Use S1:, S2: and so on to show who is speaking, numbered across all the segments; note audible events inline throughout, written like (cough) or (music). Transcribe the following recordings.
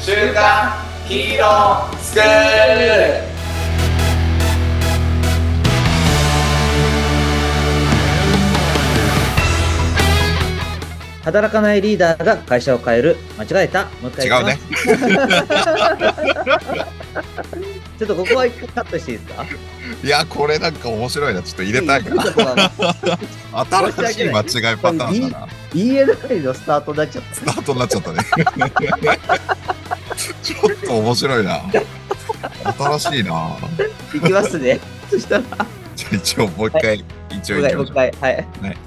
S1: 週刊ヒーロースクール
S2: 働かないリーダーが会社を変える間違えたもう一回
S3: 違うね
S2: いき (laughs) ますちょっとここは一回カットしていいですか
S3: いやこれなんか面白いなちょっと入れたいか
S2: ちょっとこう
S3: な新しい間違いパターンだな
S2: BNI のスタートになっちゃっ
S3: スタートになっちゃったねちょっと面白いな新しいな
S2: たいきます
S3: (laughs)
S2: ねそしたらも
S3: じゃあ一応もう一回、一応
S2: う一
S3: 行
S2: 回
S3: き
S2: もう
S3: ま
S2: 一
S3: しょ
S2: 回はい
S3: はい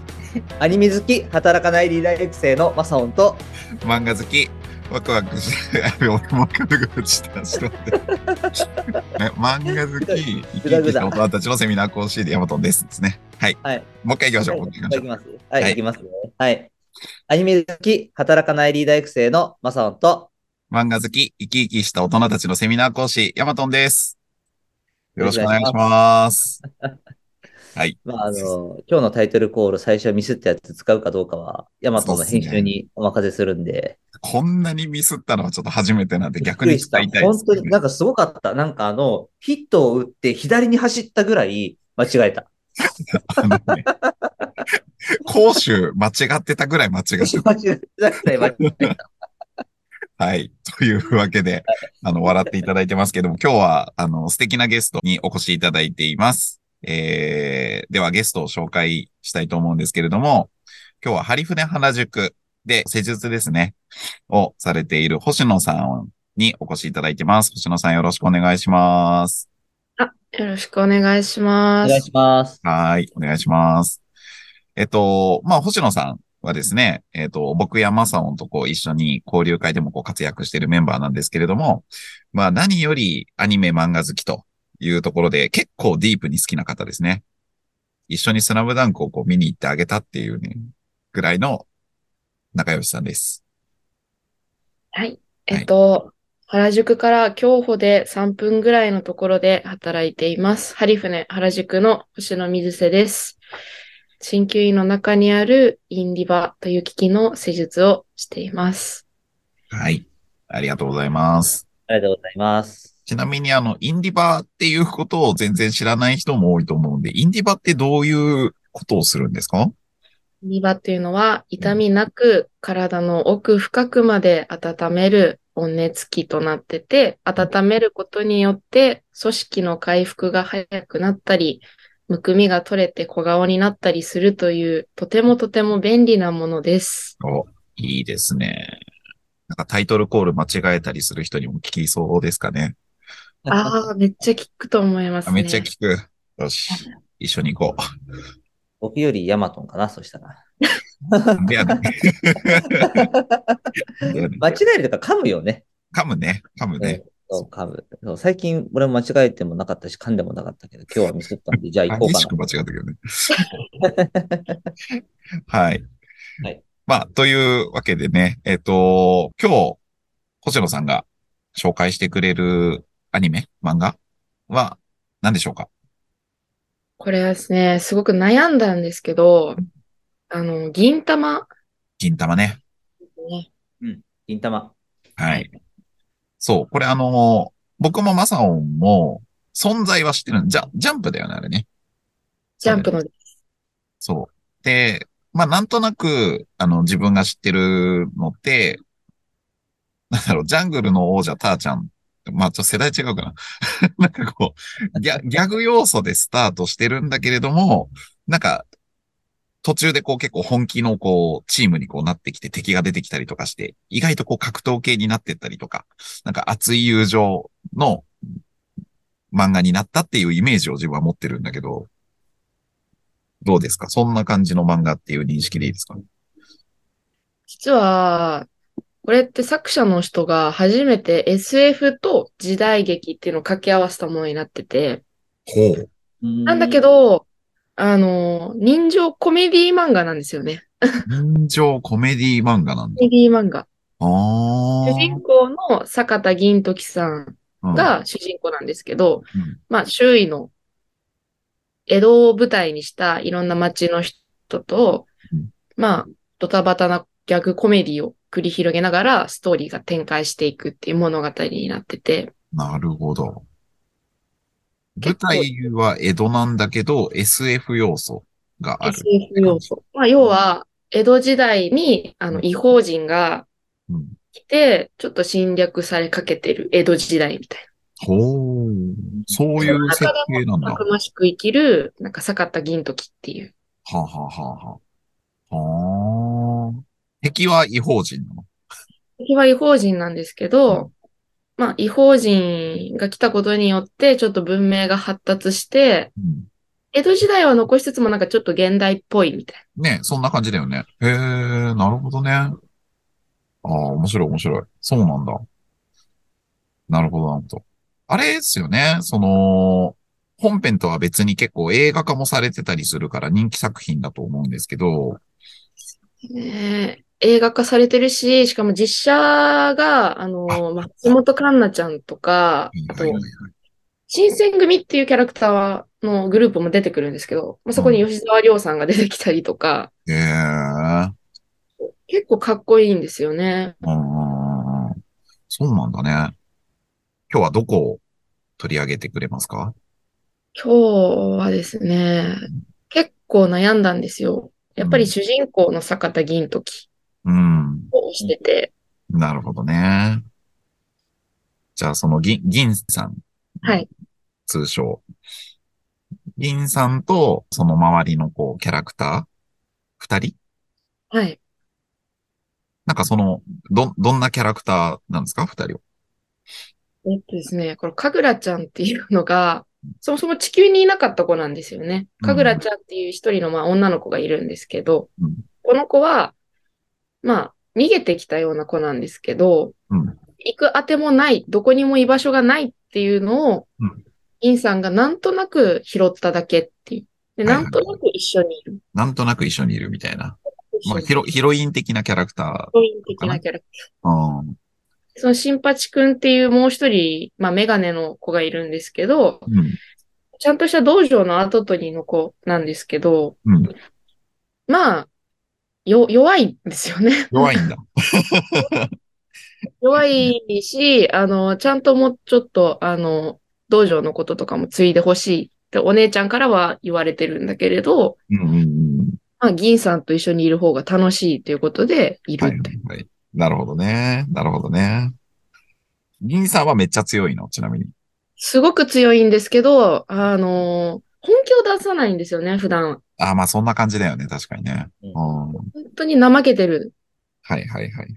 S2: アニメ好き働かないリーダー育成のマサオンと
S3: う漫画好きワクワクして俺もう一回ググしたちょっと待ってえ漫画好き
S2: (laughs)
S3: 生き生きした大人たちのセミナー講師でヤマトンですですねはい、
S2: はい
S3: もう一回行きましょう、
S2: はい
S3: もう一回行きましょ
S2: いうきますはい、
S3: はい
S2: い、きますねはいアニメ好き働かないリーダー育成のマサオンと
S3: 漫画好き、生き生きした大人たちのセミナー講師、ヤマトンです。よろしくお願いします。
S2: まあ、あの、今日のタイトルコール最初ミスってやつ使うかどうかは、ヤマトの編集にお任せするんで、
S3: こんなにミスったのはちょっと初めてなんで逆
S2: びっく
S3: に
S2: りした
S3: 使いたいで
S2: 本
S3: す
S2: 当
S3: ね、
S2: になんかすごかった。なんかあの、ヒットを打って左に走ったぐらい間違えた。
S3: あのね (laughs) 講習間違ってたぐらい間違って
S2: (laughs) 間違えたぐらい間違えた。
S3: た。はい。というわけで、あの、笑っていただいてますけども、今日は、あの、素敵なゲストにお越しいただいています。えー、ではゲストを紹介したいと思うんですけれども、今日はハリフネ原宿で施術ですね、をされている星野さんにお越しいただいてます。星野さんよろしくお願いします。
S4: よろしくお願いし
S2: お
S4: ま
S2: 願い
S4: す。
S2: します。
S3: はい、お願いします。えっと、まあ、星野さんはですね、えっと、僕やマサオンとこう一緒に交流会でもこう活躍しているメンバーなんですけれども、まあ、何よりアニメ漫画好きというところで結構ディープに好きな方ですね。一緒にスラムダンクをこう見に行ってあげたっていうね、ぐらいの仲良しさんです。
S4: はい。えっと、原宿から競歩で3分ぐらいのところで働いています。ハリフネ原宿の星野水瀬です。鍼灸院の中にあるインディバという機器の施術をしています。
S3: はい。ありがとうございます。
S2: ありがとうございます。
S3: ちなみにあの、インディバーっていうことを全然知らない人も多いと思うんで、インディバーってどういうことをするんですか
S4: インディバというのは痛みなく体の奥深くまで温める温熱器となってて、温めることによって組織の回復が早くなったり、むくみが取れて小顔になったりするという、とてもとても便利なものです。
S3: お、いいですね。なんかタイトルコール間違えたりする人にも聞きそうですかね。
S4: ああ、めっちゃ効くと思います
S3: あめっちゃ
S4: ね。
S3: 聞く。よし。一緒に行こう。
S2: 僕よりヤマトンかな、そしたら。 (laughs)
S3: なんでやねんなんでやねん
S2: 間違えるとか噛むよね。
S3: 噛むね。噛むね。
S2: そう噛むそう最近俺も間違えてもなかったし、噛んでもなかったけど、今日はミスったんで、じゃあ行こう
S3: 激
S2: か
S3: しく間違ったけどね。
S2: (laughs)
S3: はい。
S2: はい。
S3: まあ、というわけでね、えっ、と、今日、星野さんが紹介してくれるアニメ、漫画は何でしょうか
S4: これはですね、すごく悩んだんですけど、あの、銀玉
S3: 銀玉ね。
S4: ですね。
S2: な。銀玉。
S3: はい。そう、これあのー僕もマサオンも存在は知ってるんジャジャンプだよね、あれね。
S4: ジャンプの
S3: そう。で、まあなんとなく、あの、自分が知ってるのって、なんだろう、ジャングルの王者ターちゃん。まあちょっと世代違うかな。 (laughs) なんかこうギャ、ギャグ要素でスタートしてるんだけれども、なんか、途中でこう結構本気のこう、チームにこうなってきて敵が出てきたりとかして、意外とこう格闘系になってったりとか、なんか熱い友情の漫画になったっていうイメージを自分は持ってるんだけど、どうですかそんな感じの漫画っていう認識でいいですか
S4: 実は、これって作者の人が初めて SF と時代劇っていうのを掛け合わせたものになってて、
S3: ほう。
S2: な
S4: なんだけ、ど、あの、人情コメディ漫画なんですよね。
S3: 人情コメディ漫画なんだ
S4: コ。メディ漫画。
S3: あ
S4: 主人公の坂田銀時さん
S3: あ。
S4: が主人公なんですけど、
S3: うんうん
S4: まあ、周囲の江戸を舞台にしたいろんな町の人と
S3: うん、
S4: まあ、ドタバタなギャグコメディを繰り広げながらストーリーが展開していくっていう物語になってて、
S3: なるほど。舞
S4: 結構
S3: 台は江戸なんだけど、SF 要素がある。
S4: SF 要素。まあ、要は、江戸時代に、あの、違法人が
S3: うん、
S4: 来て、ちょっと侵略されかけてる江戸時代みたい
S3: ほう。そういう設計なんだ。
S4: な。た
S3: は
S4: くましく生きる、なんか坂田銀時っていう。
S3: あ、はあはあはあ、はあ。敵は違法人なの
S4: 敵は違法人なんですけど、まあ、違法人が来たことによって、ちょっと文明が発達して、
S3: うん
S4: 江戸時代は残しつつもなんかちょっと現代っぽいみたい
S3: ねそんな感じだよね。へえ、なるほどね。ああ、面白い面白い。そうなんだ。なるほど、なるほど。あれですよね。その、本編とは別に結構映画化もされてたりするから人気作品だと思うんですけど、
S4: な。ねえ映画化されてるし、しかも実写が、あの、まあ橋本環奈ちゃんとか、あと
S3: はい、はい
S4: 新選組っていうキャラクターのグループも出てくるんですけど、まあ、そこに吉沢亮さんが出てきたりとか、
S3: へえ。
S4: 結構かっこいいんですよね。
S3: うんうんうんうんそうなんだね。今日はどこを取り上げてくれますか
S4: 今日はですね、結構悩んだんですよ。やっぱり主人公の坂田銀時
S3: うん。
S4: を推してて、
S3: なるほどね。じゃあ、その銀、銀さん。
S4: はい。
S3: 通称。銀さんと、その周りのこう、キャラクター、二人
S4: はい。
S3: なんかその、ど、どんなキャラクターなんですか二人は。
S4: えっとですね、このかぐらちゃんっていうのが、そもそも地球にいなかった子なんですよね。
S3: うん
S4: かぐらちゃんっていう一人のまあ女の子がいるんですけど、
S3: うん
S4: この子は、まあ、逃げてきたような子なんですけど、
S3: うん
S4: 行くあてもない、どこにも居場所がないっていうのを
S3: うん、
S4: インさんがなんとなく拾っただけっていう。で、
S3: はいは
S4: ないんとなく一緒にいる。
S3: なんとなく一緒にいるみたいな。まあ、
S4: ヒ
S3: ヒロ、ヒロイン的なキャラクタ
S4: ロイン的なキャラクター
S3: ー。うん。
S4: その新八くんっていうもう一人、まあメガネの子がいるんですけど、
S3: うん。
S4: ちゃんとした道場の跡取りの子なんですけど、
S3: うん。
S4: まあ、よ、弱いんですよね。
S3: 弱いんだ。
S4: (laughs) 弱いし、あの、ちゃんともうちょっと、あの、道場のこととかも継いでほしいってお姉ちゃんからは言われてるんだけれど、
S3: うんうんうん。
S4: まあ、銀さんと一緒にいる方が楽しいということで、いる
S3: はい
S4: って。
S3: はい。なるほどね。なるほどね。銀さんはめっちゃ強いの、ちなみに。
S4: すごく強いんですけど、あの、本気を出さないんですよね、普段。
S3: ああ、まあそんな感じだよね。確かにね。
S2: うん
S3: うん。はい
S4: 本当に怠けてる
S3: はいはいはい。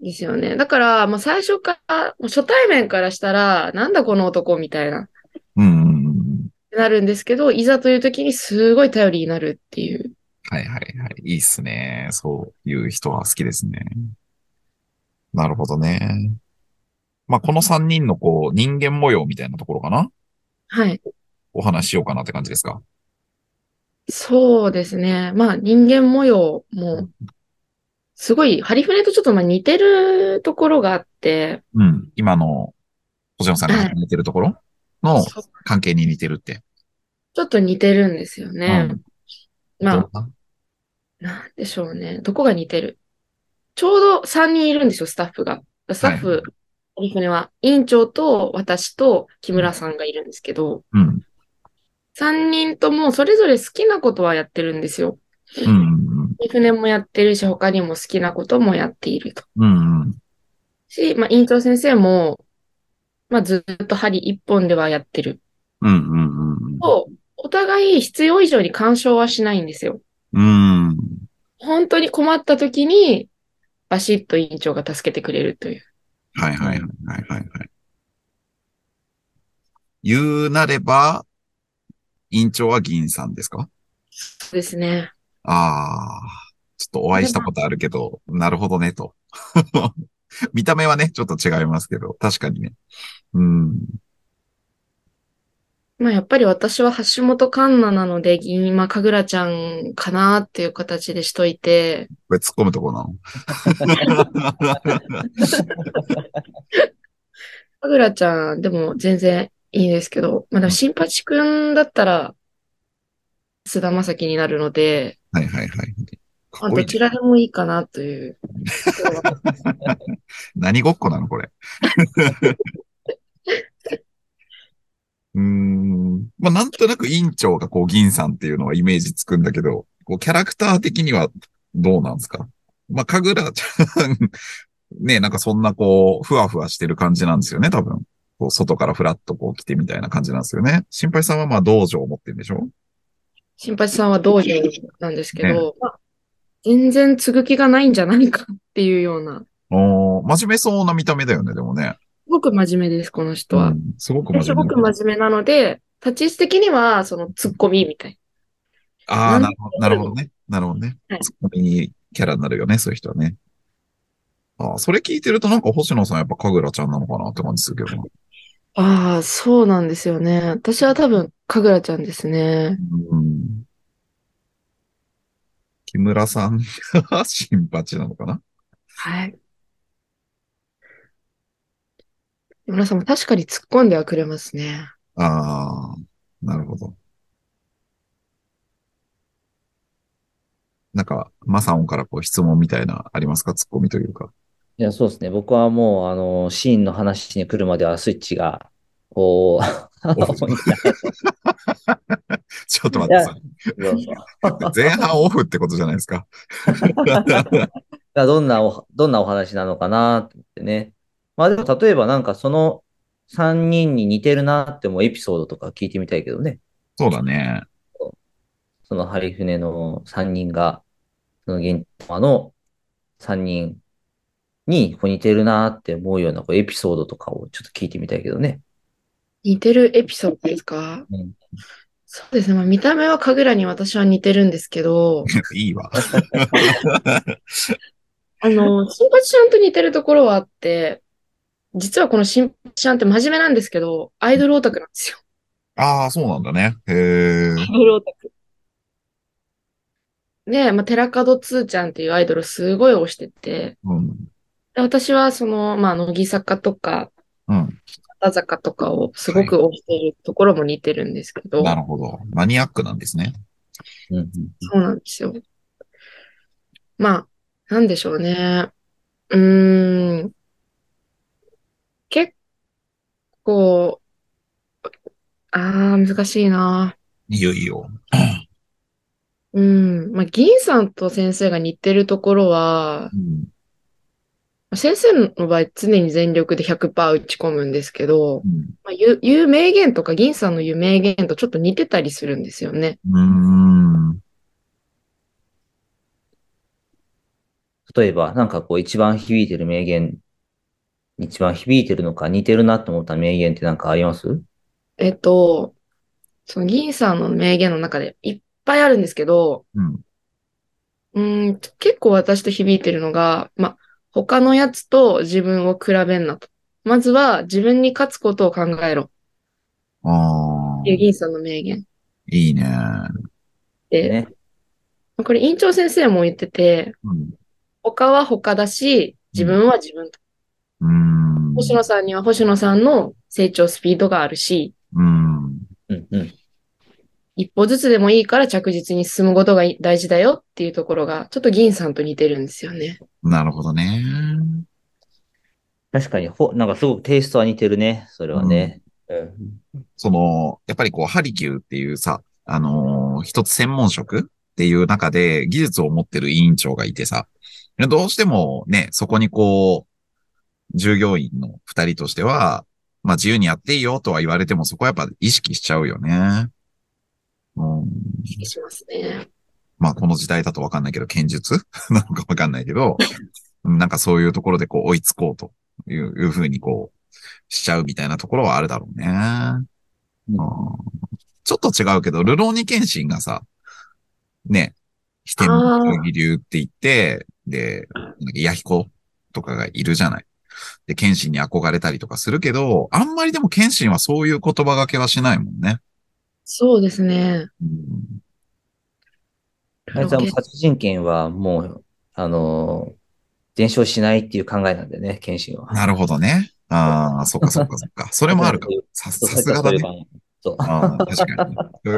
S4: ですよね。だから、まあ、最初から、もう初対面からしたら、なんだこの男みたいな、
S3: うんうんうんうん。
S4: なるんですけど、いざという時にすごい頼りになるっていう。
S3: はいはいはい。いいっすね。そういう人は好きですね。なるほどね。まあこの3人のこう、人間模様みたいなところかな
S4: はい。
S3: お話ししようかなって感じですか。
S4: そうですね。まあ、人間模様も、すごい、ハリフレとちょっとまあ似てるところがあって、
S3: うん。今の、星野さんが働いてるところの
S4: そう
S3: 関係に似てるって。
S4: ちょっと似てるんですよね。
S3: うん。
S4: ま
S3: ど
S4: あ
S3: う、かな
S4: なんでしょうね。どこが似てるちょうど3人いるんですよ、スタッフが。スタッ
S3: はい
S4: フ、ハリフレは、委員長と私と木村さんがいるんですけど、
S3: うん。
S4: 三人ともそれぞれ好きなことはやってるんですよ。
S3: うんうん
S4: 三船もやってるし、他にも好きなこともやっていると。
S3: うん。うんうん。
S4: し、まあ、院長先生も、まあ、ずっと針一本ではやってる。
S3: うんうんうんうん。
S4: と、お互い必要以上に干渉はしないんですよ。
S3: うん。
S4: 本当に困った時に、バシッと院長が助けてくれるという。
S3: はいはいはいはいはい。言うなれば、院長は銀さんですか
S4: そうですね。
S3: ああ、ちょっとお会いしたことあるけど、なるほどね、と。 (laughs) 見た目はね、ちょっと違いますけど、確かにね。うん。
S4: まあ、やっぱり私は橋本環奈なので、銀、まあ、かぐらちゃんかなっていう形でしといて、
S3: これ突っ込むとこ (laughs) なの
S4: かぐらちゃん、でも全然いいんですけど、まあ、でも新八くんだったら、菅田将暉になるので、
S3: はいはいはい。
S4: まあ、どちらでもいいかなという。
S3: 何ごっこなのこれ。 (laughs) うーん。まあ、なんとなく委員長がこう、銀さんっていうのはイメージつくんだけど、こう、キャラクター的にはどうなんですかまあ、かぐらちゃん、 (laughs) ねなんかそんなこう、ふわふわしてる感じなんですよね、多分。こう、外からふらっとこう来てみたいな感じなんですよね。心配さんはまあ、道場を持ってるんでしょ
S4: 新八さんは道場なんですけど、まあ、全然継ぐ気がないんじゃないかっていうような。
S3: おー真面目そうな見た目だよね、でもね。
S4: すごく真面目です、この人は。
S3: うんすごく
S4: です
S3: 真
S4: ご
S3: 面
S4: く
S3: 目。
S4: 真面目なので、立ち位置的には、その、ツッコミみたい
S3: ああ、なるほど、なるほどね。なるほどね
S4: はい。
S3: ツッコミキャラになるよね、そういう人はね。ああ、それ聞いてるとなんか星野さんやっぱかぐらちゃんなのかなって感じするけどな。
S4: な。ああ、そうなんですよね。私は多分、かぐらちゃんですね。
S3: うん。木村さんが (laughs) 新八なのかな
S4: はい。村さんも確かに突っ込んではくれますね。
S3: ああ、なるほど。なんか、マサオンからこう質問みたいなありますかツッコミというか。
S2: いや、そうですね。僕はもう、あの、シーンの話に来るまではスイッチが、こう、
S3: オフ
S2: オンになって
S3: ちょっと待ってさ。
S2: るんですよ
S3: 前半オフってことじゃないですか。 (laughs)
S2: がどんなお、どんなお話なのかなって思ってね。まあでも、例えばなんかその3人に似てるなって思うエピソードとか聞いてみたいけどね。
S3: そうだね。
S2: その針船の3人が、その現場の3人にこう似てるなって思うようなこうエピソードとかをちょっと聞いてみたいけどね。
S4: 似てるエピソードですか
S2: うん
S4: そうですね。まあ、見た目はかぐらに私は似てるんですけど、
S3: いいわ。
S4: あの、新八ちゃんと似てるところはあって、実はこの新八ちゃんって真面目なんですけど、アイドルオタクなんですよ。
S3: ああ、そうなんだね。へえ。
S4: アイドルオタク。で、まあ、寺門つーちゃんっていうアイドルすごい推してて、
S3: うん。
S4: で私はその、まあ、乃木坂とか、
S3: うん。
S4: 田坂とかをすごく推しているところも似てるんですけど、
S3: なるほど。マニアックなんですね。
S2: うん。
S4: そうなんですよ。まあ、なんでしょうね。うーん。結構、ああ、難しいな。
S3: いよいよ。
S4: うん。まあ、銀さんと先生が似てるところは、
S3: うん。
S4: 先生の場合常に全力で100%打ち込むんですけど
S3: う、ん
S4: まあ、言う言う名言とか銀さんの言う名言とちょっと似てたりするんですよね。
S3: うーん。
S2: 例えば、なんかこう一番響いてる名言、一番響いてるのか似てるなと思った名言ってなんかあります
S4: えっと、その銀さんの名言の中でいっぱいあるんですけど、
S3: うん。
S4: うーん、結構私と響いてるのが、ま、他のやつと自分を比べんなと。まずは自分に勝つことを考えろ。
S3: ああ。
S4: っていう銀さんの名言。
S3: いいね。
S4: で、
S2: ね。
S4: これ院長先生も言ってて、
S3: うん。
S4: 他は他だし、自分は自分と。
S3: うーん。
S4: 星野さんには星野さんの成長スピードがあるし、
S3: うん。
S2: うんうん。
S4: 一歩ずつでもいいから着実に進むことが大事だよっていうところが、ちょっと銀さんと似てるんですよね。
S3: なるほどね。
S2: 確かに、ほ、なんかすごくテイストは似てるね。それはね。うん。
S3: その、やっぱりこう、ハリキューっていうさ、あのー一つ専門職っていう中で技術を持ってる委員長がいてさ、どうしてもね、そこにこう、従業員の二人としては、まあ自由にやっていいよとは言われても、そこはやっぱ意識しちゃうよね。うん、
S4: 気がしますね。
S3: まあこの時代だとわかんないけど、剣術 (laughs) なのかわかんないけど、なんかそういうところでこう追いつこうといういうふうにこう、しちゃうみたいなところはあるだろうね。うんちょっと違うけど、ルローニケンシンがさ、ね、飛天の義流って言って、で、なんだっけヤヒコとかがいるじゃない。で、ケンシンに憧れたりとかするけど、あんまりでもケンシンはそういう言葉がけはしないもんね。
S4: そうですね。
S3: うん
S2: あいつはもう殺人権はもう、あのー伝承しないっていう考えなんだよね、謙信は。
S3: なるほどね。ああ、そっかそっかそっか。それもあるか。さ、
S2: そう
S3: さすがだね。
S2: そういう考そう
S3: あー確か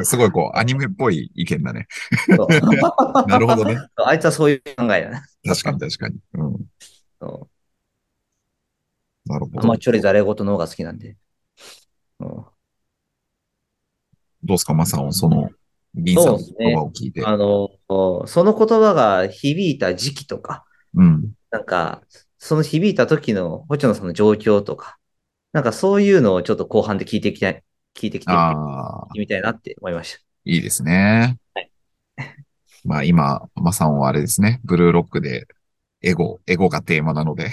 S3: に。すごいこう、アニメっぽい意見だね。
S2: そう
S3: なるほどね。
S2: あいつはそう (laughs) いう考えだね。
S3: 確かに確かに。うん。
S2: そ
S3: なるほ
S2: うア
S3: ど。
S2: マチュアよりざれ事の方が好きなんで。うん
S3: どうすか、まさん、その、リンさんの言葉を聞いて。
S2: あの、その言葉が響いた時期とか、
S3: うん。
S2: なんか、その響いた時の星野さんの状況とか、なんかそういうのをちょっと後半で聞いていきたい、聞いてきて
S3: ああ、
S2: みたいなって思いました。
S3: いいですね。まあ今、まさんはあれですね、ブルーロックで、エゴ、エゴがテーマなので。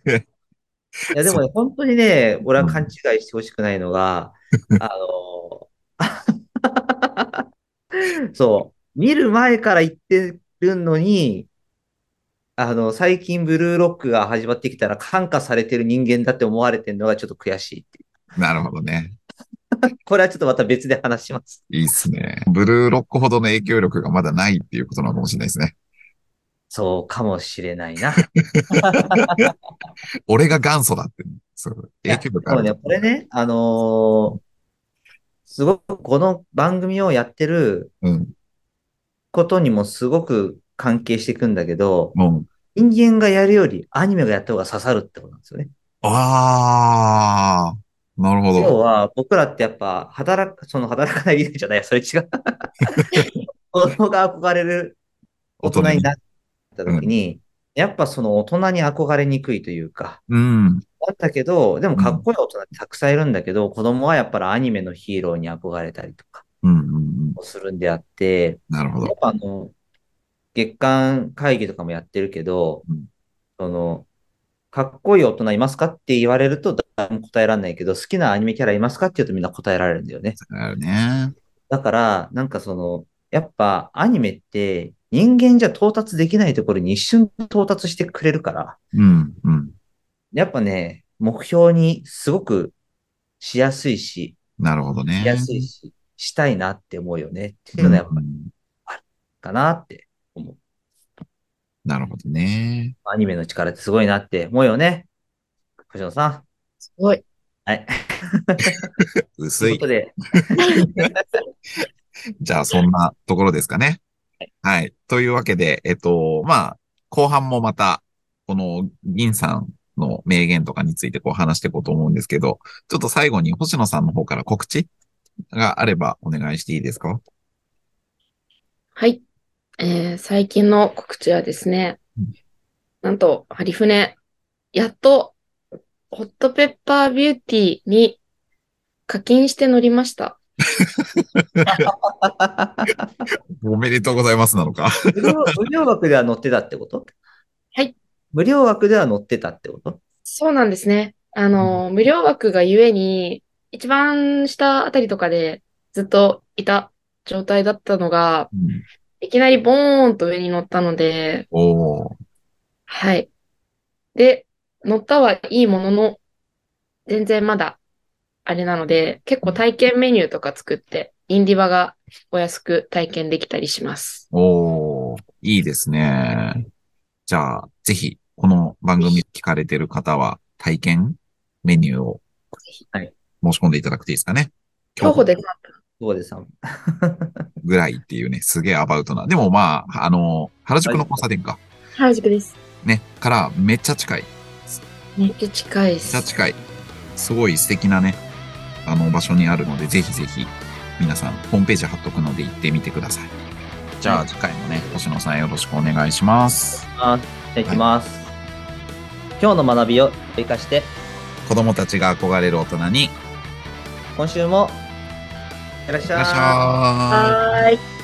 S3: (laughs)
S2: (laughs) いや、でもね、本当にね、俺は勘違いしてほしくないのが、あの、 (laughs) そう、見る前から言ってるのに、あの、最近ブルーロックが始まってきたら感化されてる人間だって思われてるのがちょっと悔しいってい
S3: なるほどね。
S2: う。これはちょっとまた別で話します。
S3: いいっすね。ブルーロックほどの影響力がまだないっていうことなのかもしれないですね。
S2: そうかもしれないな。
S3: 俺が元祖だって、そう、
S2: いや
S3: 影響力あ
S2: でもね、
S3: る。
S2: これね、あのーすごくこの番組をやってる
S3: うん。
S2: ことにもすごく関係していくんだけど、
S3: もう、
S2: 人間がやるよりアニメがやった方が刺さるってことなんですよね。
S3: ああ、なるほ
S2: 要
S3: ど。
S2: は、僕らってやっぱ、働く、その働かない理由じゃない、それ
S3: (laughs)
S2: 違う。子供が憧れる大人になった時に、やっぱその大人に憧れにくいというか、
S3: うん。
S2: だったけど、でもかっこいい大人ってたくさんいるんだけど、子供はやっぱりアニメのヒーローに憧れたりとか
S3: うん、うん、うん。
S2: もするんであって、
S3: なるほ
S2: や
S3: ど
S2: っ。ぱあの、月間会議とかもやってるけど、
S3: うん
S2: その、かっこいい大人いますかって言われると誰も答えられないけど、好きなアニメキャラいますかって言うとみんな答えられるんだよね。
S3: あるね。
S2: だから、なんかその、やっぱアニメって人間じゃ到達できないところに一瞬到達してくれるから、
S3: うん、うん。
S2: やっぱね、目標にすごくしやすいし、
S3: なるほどね。
S2: しやすいし、したいなって思うよねっていうのはやっぱ
S3: う
S2: り
S3: ん
S2: かなって、
S3: なるほどね。
S2: アニメの力ってすごいなって思うよね。星野さん。
S4: すごい。
S2: と
S3: 薄
S2: いう
S3: い
S2: こと。で、
S3: じゃあ、そんなところですかね。はい。というわけで、えっと、まあ、後半もまた、この、銀さんの名言とかについてこう話していこうと思うんですけど、ちょっと最後に星野さんの方から告知があればお願いしていいですか
S4: はい。えー最近の告知はですね
S3: うん、
S4: なんと、ハリフネ、やっと、ホットペッパービューティーに課金して乗りました。
S3: おめでとうございますなのか。
S2: (laughs) 無料無料枠では乗ってたってこと
S4: はい。
S2: 無料枠では乗ってたってこと
S4: そうなんですね。あの、無料枠がゆえに、一番下あたりとかでずっといた状態だったのが、
S3: うん
S4: いきなりボーンと上に乗ったので、
S3: おー
S4: はい。で、乗ったはいいものの、全然まだ、あれなので、結構体験メニューとか作って、インディバがお安く体験できたりします。
S3: おー、いいですね。じゃあ、ぜひ、この番組聞かれてる方は、体験メニューを
S2: はい
S3: 申し込んでいただくといいですかね。
S4: 徒歩で3分。
S2: そうです。あ
S3: ぐらいっていうね、すげえアバウトな。でもまあ、あの、原宿の交差点か。
S4: 原宿です。
S3: ね、からめっちゃ近い。めっ
S4: めっちゃ近いで
S3: ちゃ
S4: す。
S3: 近い。すごい素敵なね、あの場所にあるので、ぜひぜひ、皆さん、ホームページ貼っとくので行ってみてください。じゃあ、次回もね、星野さんよろしくお願いします。
S2: じゃあ行きます。今日の学びを生かして、
S3: 子供たちが憧れる大人に、い
S2: 今週も、いらっし
S3: らっし
S2: ゃい。
S3: ゃーい。
S4: はーい。